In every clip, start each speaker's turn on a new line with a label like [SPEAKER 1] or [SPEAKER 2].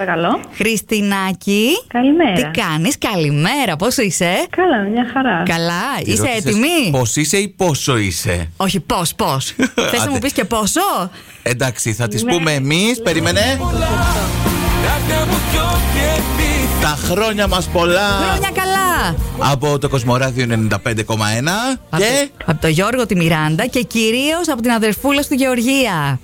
[SPEAKER 1] Παρακαλώ.
[SPEAKER 2] Χριστινάκη.
[SPEAKER 1] Καλημέρα.
[SPEAKER 2] Τι κάνεις, καλημέρα, πώς είσαι.
[SPEAKER 1] Καλά, μια χαρά.
[SPEAKER 2] Καλά,
[SPEAKER 3] Τη
[SPEAKER 2] είσαι
[SPEAKER 3] ρώτησες
[SPEAKER 2] έτοιμη.
[SPEAKER 3] Πώς είσαι ή πόσο είσαι.
[SPEAKER 2] Όχι, πώς, πώς. Θες να
[SPEAKER 3] Άντε.
[SPEAKER 2] μου πεις και πόσο.
[SPEAKER 3] Εντάξει, θα τις πούμε εμείς. Περίμενε. Τα χρόνια μας πολλά
[SPEAKER 2] Χρόνια καλά.
[SPEAKER 3] από το Κοσμοράδιο 95,1 και
[SPEAKER 2] Από τον Γιώργο τη Μιράντα και κυρίως από την αδερφούλα του Γεωργία.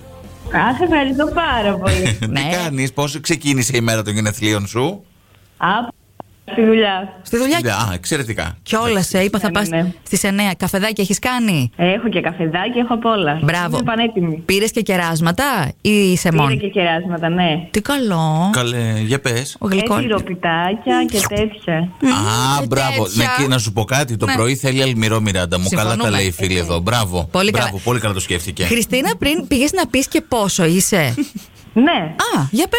[SPEAKER 1] Α, σε ευχαριστώ πάρα πολύ.
[SPEAKER 3] τι
[SPEAKER 2] ναι.
[SPEAKER 3] κάνεις, πώς ξεκίνησε η μέρα των γενεθλίων σου.
[SPEAKER 1] Από τη δουλειά.
[SPEAKER 2] Στη δουλειά
[SPEAKER 3] Δουλειά. Α, εξαιρετικά.
[SPEAKER 2] κιόλας σε είπα θα
[SPEAKER 1] Ναι,
[SPEAKER 2] πας
[SPEAKER 1] ναι, ναι.
[SPEAKER 2] στι 9. Καφεδάκι έχεις κάνει.
[SPEAKER 1] Έχω και καφεδάκι, έχω απ' όλα.
[SPEAKER 2] Μπράβο.
[SPEAKER 1] Είμαι πανέτοιμη.
[SPEAKER 2] Πήρες και κεράσματα ή είσαι
[SPEAKER 1] Πήρα
[SPEAKER 2] μόνο.
[SPEAKER 1] και κεράσματα, ναι.
[SPEAKER 2] Τι καλό.
[SPEAKER 3] Καλέ, για πες.
[SPEAKER 2] Ο
[SPEAKER 1] Ε,
[SPEAKER 2] γλυκό.
[SPEAKER 1] τυροπιτάκια και τέτοια.
[SPEAKER 3] Α,
[SPEAKER 2] και
[SPEAKER 3] μπράβο. Ναι,
[SPEAKER 2] τέτοια.
[SPEAKER 3] και να σου πω κάτι. Το
[SPEAKER 2] Ναι.
[SPEAKER 3] πρωί θέλει αλμυρό Μιράντα μου. Καλά τα
[SPEAKER 2] Συμφωνούμε.
[SPEAKER 3] λέει η φίλη εδώ. Μπράβο.
[SPEAKER 2] Πολύ καλά.
[SPEAKER 3] Μπράβο, πολύ καλά το σκέφτηκε.
[SPEAKER 2] Χριστίνα, πριν πήγες να πεις και πόσο είσαι.
[SPEAKER 1] Ναι,
[SPEAKER 2] Α, για πες.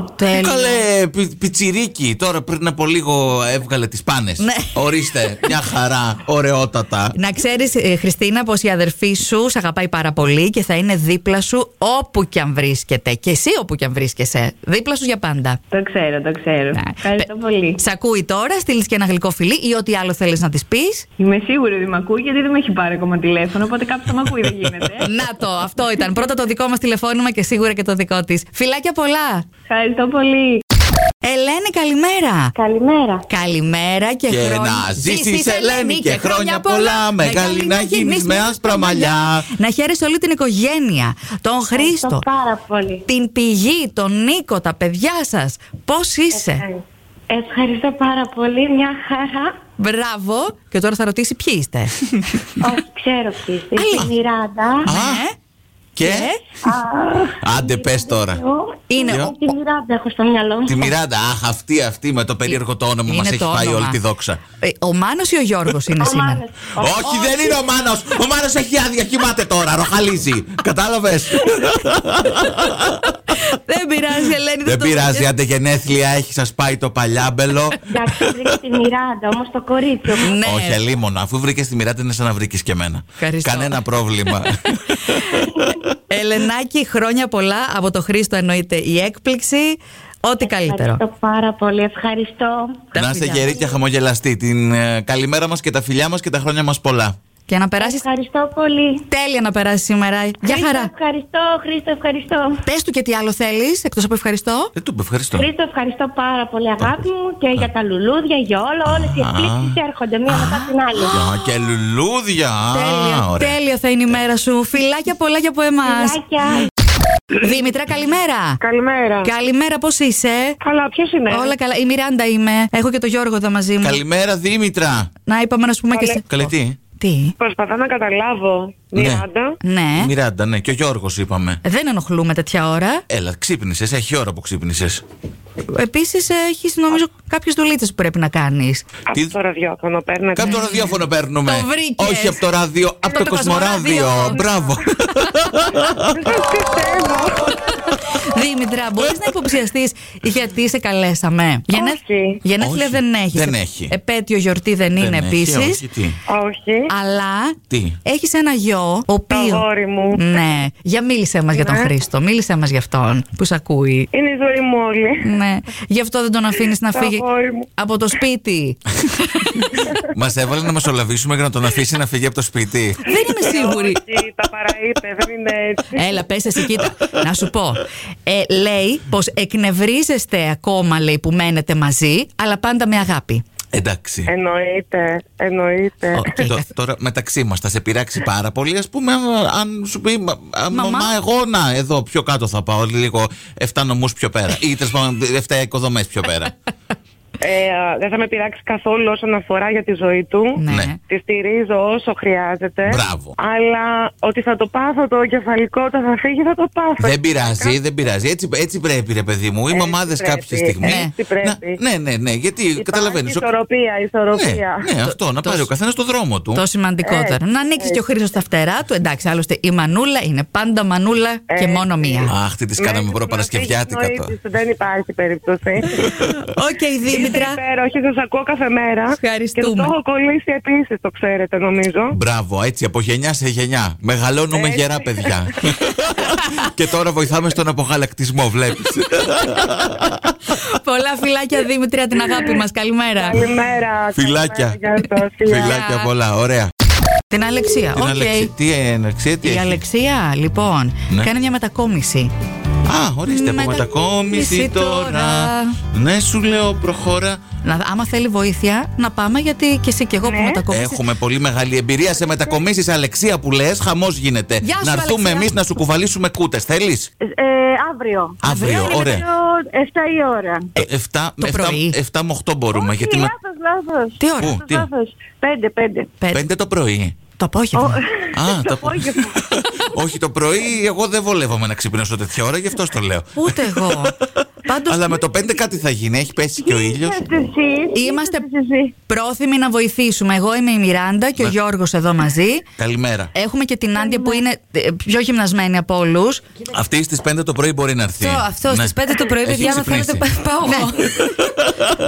[SPEAKER 1] 28.
[SPEAKER 2] Τέλειο.
[SPEAKER 3] Καλέ, πι, πιτσιρίκι. Τώρα πριν από λίγο έβγαλε τις πάνες.
[SPEAKER 2] Ναι.
[SPEAKER 3] Ορίστε, μια χαρά. Ωραιότατα.
[SPEAKER 2] Να ξέρεις, Χριστίνα, πως η αδερφή σου σε αγαπάει πάρα πολύ και θα είναι δίπλα σου όπου και αν βρίσκεται. Και εσύ όπου και αν βρίσκεσαι. Δίπλα σου για πάντα.
[SPEAKER 1] Το ξέρω, το ξέρω.
[SPEAKER 2] Ναι.
[SPEAKER 1] Ευχαριστώ
[SPEAKER 2] Πε-
[SPEAKER 1] πολύ.
[SPEAKER 2] Σ' ακούει τώρα, στείλεις και ένα γλυκό φιλί ή ό,τι άλλο θέλεις να της πεις.
[SPEAKER 1] Είμαι σίγουρη ότι με ακούει γιατί δεν με έχει πάρει ακόμα τηλέφωνο, οπότε κάποιο θα με ακούει, δεν γίνεται.
[SPEAKER 2] Να το, αυτό ήταν. Πρώτα το δικό μας τηλεφώνημα και σίγουρα και το δικό της. Φιλάκια πολλά.
[SPEAKER 1] Ευχαριστώ πολύ.
[SPEAKER 2] Ελένη, καλημέρα.
[SPEAKER 4] Καλημέρα.
[SPEAKER 2] Καλημέρα και,
[SPEAKER 3] Και
[SPEAKER 2] χρόνια.
[SPEAKER 3] να ζήσεις, Ελένη, και χρόνια πολλά. Μεγάλη να γίνεις με άσπρα μαλλιά.
[SPEAKER 2] Να χαίρεσαι όλη την οικογένεια, τον Χρήστο,
[SPEAKER 4] Ευχαριστώ πάρα πολύ.
[SPEAKER 2] την πηγή, τον Νίκο, τα παιδιά σας. Πώς
[SPEAKER 4] Ε,
[SPEAKER 2] είσαι.
[SPEAKER 4] Ευχαριστώ πάρα πολύ. Μια χαρά.
[SPEAKER 2] Μπράβο. Και τώρα θα ρωτήσει ποιοι είστε.
[SPEAKER 4] Όχι, ξέρω ποιοι είστε.
[SPEAKER 2] Α.
[SPEAKER 4] Η Μιράντα. Ναι.
[SPEAKER 3] Α, και. Άντε, πες τώρα.
[SPEAKER 4] Εγώ
[SPEAKER 2] Είναι
[SPEAKER 4] και
[SPEAKER 2] ο-
[SPEAKER 4] τη Μιράντα έχω στο μυαλό μου.
[SPEAKER 3] Τη Μιράντα, αχ, αυτή, αυτή με το περίεργο το όνομα μας έχει
[SPEAKER 2] το
[SPEAKER 3] πάει
[SPEAKER 2] όνομα.
[SPEAKER 3] όλη τη δόξα.
[SPEAKER 2] Ε, Ο Μάνος ή ο Γιώργος είναι
[SPEAKER 4] Ο
[SPEAKER 2] σήμερα.
[SPEAKER 4] Μάνος.
[SPEAKER 3] Όχι, δεν είναι ο Μάνος. Ο Μάνος έχει άδεια, κοιμάται τώρα, ροχαλίζει. Κατάλαβες.
[SPEAKER 2] Δεν πειράζει, Ελένη.
[SPEAKER 3] Δεν
[SPEAKER 2] το
[SPEAKER 3] πειράζει,
[SPEAKER 2] σκέφτεσαι.
[SPEAKER 3] άντε γενέθλια, έχει σα πάει το παλιάμπελο.
[SPEAKER 4] Εντάξει, βρήκα τη Μιράντα, όμως το κορίτσι. μου.
[SPEAKER 2] Ναι.
[SPEAKER 3] Όχι, αλίμονα. Αφού βρήκες τη Μιράντα, είναι σαν να βρήκες και εμένα.
[SPEAKER 2] Ευχαριστώ.
[SPEAKER 3] Κανένα πρόβλημα.
[SPEAKER 2] Ελενάκη, χρόνια πολλά. Από το Χρήστο εννοείται η έκπληξη. Ό,τι καλύτερο.
[SPEAKER 4] Ευχαριστώ πάρα πολύ. Ευχαριστώ.
[SPEAKER 2] Τα
[SPEAKER 3] να είσαι
[SPEAKER 2] φιλιά.
[SPEAKER 3] γερή και χαμογελαστή. Την ε, καλημέρα μας και τα φιλιά μας και τα χρόνια μας πολλά.
[SPEAKER 2] Και να περάσεις.
[SPEAKER 4] Ευχαριστώ πολύ.
[SPEAKER 2] Τέλεια να περάσεις σήμερα. Για
[SPEAKER 4] Χρήστο,
[SPEAKER 2] χαρά.
[SPEAKER 4] Ευχαριστώ, Χρήστο, ευχαριστώ.
[SPEAKER 2] Πες του και τι άλλο θέλεις, εκτός από ευχαριστώ.
[SPEAKER 3] Δεν του είπε, ευχαριστώ.
[SPEAKER 4] Χρήστο, ευχαριστώ πάρα πολύ, αγάπη μου και για τα λουλούδια, για όλο. Όλες οι
[SPEAKER 3] Α.
[SPEAKER 4] εκπλήξεις έρχονται μία μετά την άλλη.
[SPEAKER 3] Α, και λουλούδια. Α,
[SPEAKER 2] Τέλεια.
[SPEAKER 3] ωραία.
[SPEAKER 2] Τέλεια θα είναι η μέρα σου. Φιλάκια πολλά και από εμάς.
[SPEAKER 4] Φιλάκια.
[SPEAKER 2] Δήμητρα, καλημέρα.
[SPEAKER 5] Καλημέρα. Ναι.
[SPEAKER 2] Καλημέρα, πώς είσαι.
[SPEAKER 5] Καλά, ποιος είναι.
[SPEAKER 2] Όλα καλά. Η Μιράντα είμαι. Έχω και το Γιώργο εδώ μαζί μου.
[SPEAKER 3] Καλημέρα, Δήμητρα.
[SPEAKER 2] Να είπαμε να σου πούμε και σε.
[SPEAKER 3] Καλέ τι.
[SPEAKER 2] Τι.
[SPEAKER 5] Προσπαθώ να καταλάβω. Μιράντα.
[SPEAKER 2] Ναι.
[SPEAKER 3] Μιράντα, ναι, και ο Γιώργος είπαμε.
[SPEAKER 2] Δεν ενοχλούμε τέτοια ώρα.
[SPEAKER 3] Έλα, ξύπνησες, έχει ώρα που ξύπνησες.
[SPEAKER 2] Επίσης, έχεις νομίζω κάποιες δουλίτσες που πρέπει να κάνεις.
[SPEAKER 5] Αυτό
[SPEAKER 3] Τι-
[SPEAKER 5] το ραδιόφωνο παίρνετε.
[SPEAKER 3] Κάπου το ραδιόφωνο παίρνουμε.
[SPEAKER 2] Το βρήκες.
[SPEAKER 3] Όχι από το ράδιο, από το,
[SPEAKER 2] το
[SPEAKER 3] κοσμοράδιο.
[SPEAKER 2] Κοσμοράδιο.
[SPEAKER 3] Μπράβο.
[SPEAKER 2] Δήμητρα, μπορείς να υποψιαστείς γιατί σε καλέσαμε. Γενέθ...
[SPEAKER 5] Όχι.
[SPEAKER 2] Γενέθλια
[SPEAKER 3] Όχι.
[SPEAKER 2] δεν έχεις.
[SPEAKER 3] Δεν έχει.
[SPEAKER 2] Επέτειο γιορτή δεν, είναι
[SPEAKER 3] Δεν έχει, Ναι, όχι,
[SPEAKER 2] επίση.
[SPEAKER 3] τι.
[SPEAKER 5] Όχι.
[SPEAKER 2] Αλλά
[SPEAKER 3] Τι?
[SPEAKER 2] έχεις ένα γιο, ο
[SPEAKER 5] Το
[SPEAKER 2] οποίο.
[SPEAKER 5] αγόρι Ναι. μου.
[SPEAKER 2] Ναι. Για μίλησέ μας για τον Χρήστο. Μίλησέ μας για αυτόν που σε ακούει.
[SPEAKER 5] Είναι η ζωή μου όλη.
[SPEAKER 2] Ναι. Γι' αυτό δεν τον αφήνεις να
[SPEAKER 5] Το
[SPEAKER 2] φύγει
[SPEAKER 5] αγόρι μου.
[SPEAKER 2] από το σπίτι.
[SPEAKER 3] Μας έβαλε να μεσολαβήσουμε για να τον αφήσει να φύγει από το σπίτι.
[SPEAKER 2] δεν είμαι σίγουρη.
[SPEAKER 5] Όχι, τα παραείπε, δεν είναι έτσι.
[SPEAKER 2] Έλα, πες εσύ, κοίτα. να σου πω. Ε, λέει πως εκνευρίζεστε ακόμα, λέει, που μένετε μαζί, αλλά πάντα με αγάπη.
[SPEAKER 3] Εντάξει.
[SPEAKER 5] Ε, Εννοείται, εννοείται.
[SPEAKER 2] Οκ.
[SPEAKER 3] Το- τώρα μεταξύ μας θα σε πειράξει πάρα πολύ. Ας πούμε, αν- αν σου πει «Μα- α,
[SPEAKER 2] Μαμά».
[SPEAKER 3] Μαμά, εγώ να, εδώ πιο κάτω θα πάω. Λίγο 7 νομούς πιο πέρα. ή τέλος πάντων 7 οικοδομές πιο πέρα.
[SPEAKER 5] Ε, α, δεν θα με πειράξει καθόλου όσον αφορά για τη ζωή του.
[SPEAKER 2] Ναι.
[SPEAKER 3] Ναι.
[SPEAKER 5] Τη στηρίζω όσο χρειάζεται.
[SPEAKER 3] Μπράβο.
[SPEAKER 5] Αλλά ότι θα το πάθω το κεφαλικό όταν θα φύγει, θα το πάθω.
[SPEAKER 3] Δεν πειράζει, δεν πειράζει. Έτσι, έτσι πρέπει, ρε παιδί μου. Οι
[SPEAKER 5] Έτσι
[SPEAKER 3] μαμάδε
[SPEAKER 5] πρέπει,
[SPEAKER 3] κάποια στιγμή.
[SPEAKER 5] έτσι πρέπει.
[SPEAKER 3] Να- ναι, ναι, ναι. Γιατί καταλαβαίνει.
[SPEAKER 5] Υπάρχει Ισορροπία, ισορροπία.
[SPEAKER 3] Ναι, ναι, αυτό. Να πάρει ο καθένας το δρόμο του.
[SPEAKER 2] Το σημαντικότερο.
[SPEAKER 5] Έτσι,
[SPEAKER 2] να ανοίξεις
[SPEAKER 5] ε.
[SPEAKER 2] και ο Χρήστο τα φτερά του. Εντάξει, άλλωστε η μανούλα είναι πάντα μανούλα και
[SPEAKER 5] Έτσι.
[SPEAKER 2] μόνο μία.
[SPEAKER 5] Ναι,
[SPEAKER 3] Αχ, τι της κάναμε
[SPEAKER 5] Μέχρι να φύγει
[SPEAKER 3] προπαρασκευιάτικα
[SPEAKER 5] η
[SPEAKER 3] τώρα.
[SPEAKER 5] νοήτης, Δεν υπάρχει περίπτωση.
[SPEAKER 2] Οκ, Δήμητρα.
[SPEAKER 5] Είστε
[SPEAKER 2] Δήμητρα.
[SPEAKER 5] υπέροχοι, σας ακούω κάθε μέρα.
[SPEAKER 2] Ευχαριστούμε.
[SPEAKER 5] Και το έχω κολλήσει επίσης, το ξέρετε, νομίζω.
[SPEAKER 3] Μπράβο, έτσι από γενιά σε γενιά.
[SPEAKER 2] Ε,
[SPEAKER 3] Μεγαλώνουμε
[SPEAKER 5] Έτσι.
[SPEAKER 3] γερά παιδιά. και τώρα βοηθάμε στον απογαλακτισμό, βλέπεις.
[SPEAKER 2] Πολλά φιλάκια, Δήμητρια, την αγάπη μας. Καλημέρα.
[SPEAKER 5] Καλημέρα.
[SPEAKER 3] Φιλάκια.
[SPEAKER 5] καλημέρα, γεια σας, φιλιά.
[SPEAKER 3] Φιλάκια πολλά, ωραία.
[SPEAKER 2] Την Αλεξία.
[SPEAKER 3] Την
[SPEAKER 2] Οκ.
[SPEAKER 3] Αλεξία, τι έναρξη, τι
[SPEAKER 2] Η
[SPEAKER 3] έχει.
[SPEAKER 2] Αλεξία, λοιπόν,
[SPEAKER 3] Ναι.
[SPEAKER 2] κάνει μια μετακόμιση.
[SPEAKER 3] Α, ορίστε, από
[SPEAKER 2] Μετακόμιση
[SPEAKER 3] μετακόμιση τώρα.
[SPEAKER 2] τώρα.
[SPEAKER 3] Ναι, σου λέω, προχώρα.
[SPEAKER 2] Να, άμα θέλει βοήθεια, να πάμε γιατί και εσύ και εγώ που μετακόμισα.
[SPEAKER 3] Έχουμε πολύ μεγάλη εμπειρία σε μετακομίσεις, Αλεξία, που λες. Χαμός γίνεται.
[SPEAKER 2] Γεια σου,
[SPEAKER 3] να έρθουμε
[SPEAKER 2] Αλεξία.
[SPEAKER 3] εμείς να σου κουβαλήσουμε κούτες. Θέλεις.
[SPEAKER 4] Ε, αύριο.
[SPEAKER 3] Αύριο, ωραία. Ε,
[SPEAKER 4] Αύριο 7 η ώρα.
[SPEAKER 3] 7
[SPEAKER 2] Το πρωί.
[SPEAKER 3] με 8 μπορούμε.
[SPEAKER 4] Όχι,
[SPEAKER 3] γιατί με...
[SPEAKER 4] λάθος, λάθος.
[SPEAKER 2] Τι ώρα?
[SPEAKER 3] Πού?
[SPEAKER 4] Λάθος,
[SPEAKER 3] τι?
[SPEAKER 4] λάθος. Πέντε, πέντε.
[SPEAKER 2] Πέντε.
[SPEAKER 3] 5 το πρωί.
[SPEAKER 2] Το απόγευμα.
[SPEAKER 3] Α,
[SPEAKER 4] Το
[SPEAKER 3] το
[SPEAKER 4] απόγευμα.
[SPEAKER 3] Όχι, το πρωί εγώ δεν βολεύομαι να ξυπνήσω τέτοια ώρα, γι' αυτό το λέω.
[SPEAKER 2] Ούτε εγώ. Πάντως
[SPEAKER 3] Αλλά με το 5 κάτι θα γίνει. Έχει πέσει και ο ήλιο.
[SPEAKER 4] Είσαστε εσείς,
[SPEAKER 2] Είμαστε
[SPEAKER 4] είσαστε εσείς.
[SPEAKER 2] πρόθυμοι να βοηθήσουμε. Εγώ είμαι η Μιράντα και ο
[SPEAKER 3] Ναι.
[SPEAKER 2] Γιώργος εδώ μαζί.
[SPEAKER 3] Καλημέρα.
[SPEAKER 2] Έχουμε και την Άντια που είναι ε, πιο γυμνασμένη από όλους.
[SPEAKER 3] Αυτή στις 5 το πρωί μπορεί να έρθει.
[SPEAKER 2] Αυτό, αυτό
[SPEAKER 3] Ναι.
[SPEAKER 2] στι 5 το πρωί,
[SPEAKER 3] Έχει
[SPEAKER 2] παιδιά, με θέλετε.
[SPEAKER 3] ξυπνήσει. Ναι.
[SPEAKER 2] Πάω εγώ.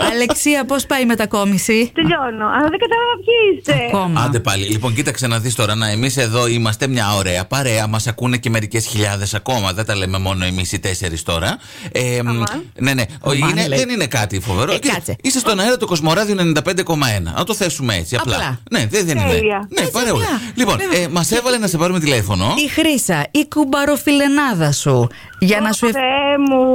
[SPEAKER 4] Ναι.
[SPEAKER 2] Αλεξία, πώς πάει η μετακόμιση.
[SPEAKER 4] Τελειώνω. Αλλά δεν κατάλαβα ποιοι είστε.
[SPEAKER 2] Ακόμα.
[SPEAKER 3] Άντε πάλι. Λοιπόν, κοίταξε να δεις τώρα να εμείς εδώ είμαστε μια ωραία παρέα. Μας ακούνε και μερικές χιλιάδες ακόμα. Δεν τα λέμε μόνο εμείς οι τέσσερις τώρα. Ε, μ, ναι, ναι. Ο-
[SPEAKER 2] Αμάν,
[SPEAKER 3] είναι-
[SPEAKER 2] λέει.
[SPEAKER 3] δεν είναι κάτι φοβερό.
[SPEAKER 2] Ε,
[SPEAKER 3] Κοίτα,
[SPEAKER 2] κάτσε.
[SPEAKER 3] Είσαι στον αέρα του Κοσμοράδιου 95,1. Να το θέσουμε έτσι. Απλά.
[SPEAKER 2] Απλά.
[SPEAKER 3] Ναι, δεν, δεν είναι.
[SPEAKER 4] Τέλεια.
[SPEAKER 3] Ναι,
[SPEAKER 2] Έτσι,
[SPEAKER 3] παρέουλα.
[SPEAKER 2] απλά. Ε,
[SPEAKER 3] Λοιπόν, ε, μας έβαλε να σε πάρουμε τηλέφωνο.
[SPEAKER 2] Η Χρύσα, η κουμπαροφιλενάδα σου. Για να σου, ευ-
[SPEAKER 4] Θεέ μου.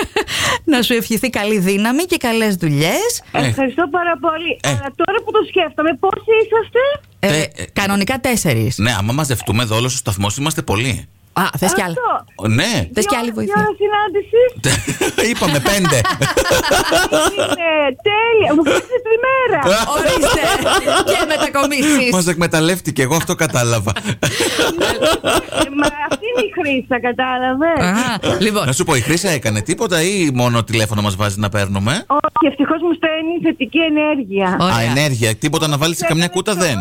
[SPEAKER 2] να σου ευχηθεί καλή δύναμη και καλές δουλειές.
[SPEAKER 3] Ε,
[SPEAKER 4] Ευχαριστώ πάρα πολύ.
[SPEAKER 3] Ε.
[SPEAKER 4] Αλλά τώρα που το σκέφτομαι, πόσοι είσαστε.
[SPEAKER 2] Ε,
[SPEAKER 3] Τε-
[SPEAKER 2] κανονικά τέσσερις.
[SPEAKER 3] ναι, άμα μαζευτούμε εδώ όλο ο σταθμό είμαστε πολλοί.
[SPEAKER 2] Α, θες κι άλλα.
[SPEAKER 4] Αυτό.
[SPEAKER 3] Ο, Ναι.
[SPEAKER 2] Θες κι άλλη
[SPEAKER 4] Δύο-
[SPEAKER 2] βοήθεια.
[SPEAKER 4] δύο ώρα συνάντησης.
[SPEAKER 3] Είπαμε πέντε.
[SPEAKER 4] Είναι τέλεια. Μου κάνετε τριμέρα.
[SPEAKER 2] Ορίστε και μετακομίσεις.
[SPEAKER 3] Μας εκμεταλλεύτηκε, εγώ αυτό κατάλαβα.
[SPEAKER 4] Ε, Μα αυτή είναι η Χρύσα, κατάλαβε.
[SPEAKER 2] λοιπόν,
[SPEAKER 3] Να σου πω, η Χρύσα έκανε τίποτα ή μόνο τηλέφωνο μας βάζει να παίρνουμε.
[SPEAKER 4] Όχι, ευτυχώς μου στέλνει θετική ενέργεια.
[SPEAKER 2] ωραία.
[SPEAKER 3] Α, ενέργεια. Τίποτα να βάλεις σε καμιά κούτα δεν.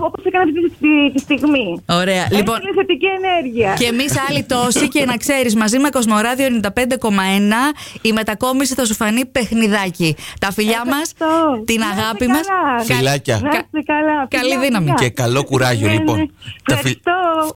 [SPEAKER 4] Όπως έκανα αυτή τη, τη- τη στιγμή.
[SPEAKER 2] Ωραία. Λοιπόν,
[SPEAKER 4] Έστειλε θετική ενέργεια.
[SPEAKER 2] και εμείς άλλοι τόσοι και να ξέρεις, μαζί με Κοσμοράδιο 95,1 η μετακόμιση θα σου φανεί παιχνιδάκι. Τα φιλιά μα,
[SPEAKER 4] Αυτό.
[SPEAKER 2] την
[SPEAKER 4] Να είστε
[SPEAKER 2] αγάπη μα.
[SPEAKER 4] καλά.
[SPEAKER 3] Φιλάκια.
[SPEAKER 4] Να είστε καλά.
[SPEAKER 2] Καλή
[SPEAKER 4] Φιλιά,
[SPEAKER 2] δύναμη.
[SPEAKER 4] φιλιά.
[SPEAKER 3] Και καλό κουράγιο,
[SPEAKER 4] Ναι, ναι.
[SPEAKER 3] λοιπόν. Τα φιλ-
[SPEAKER 4] Ευχαριστώ.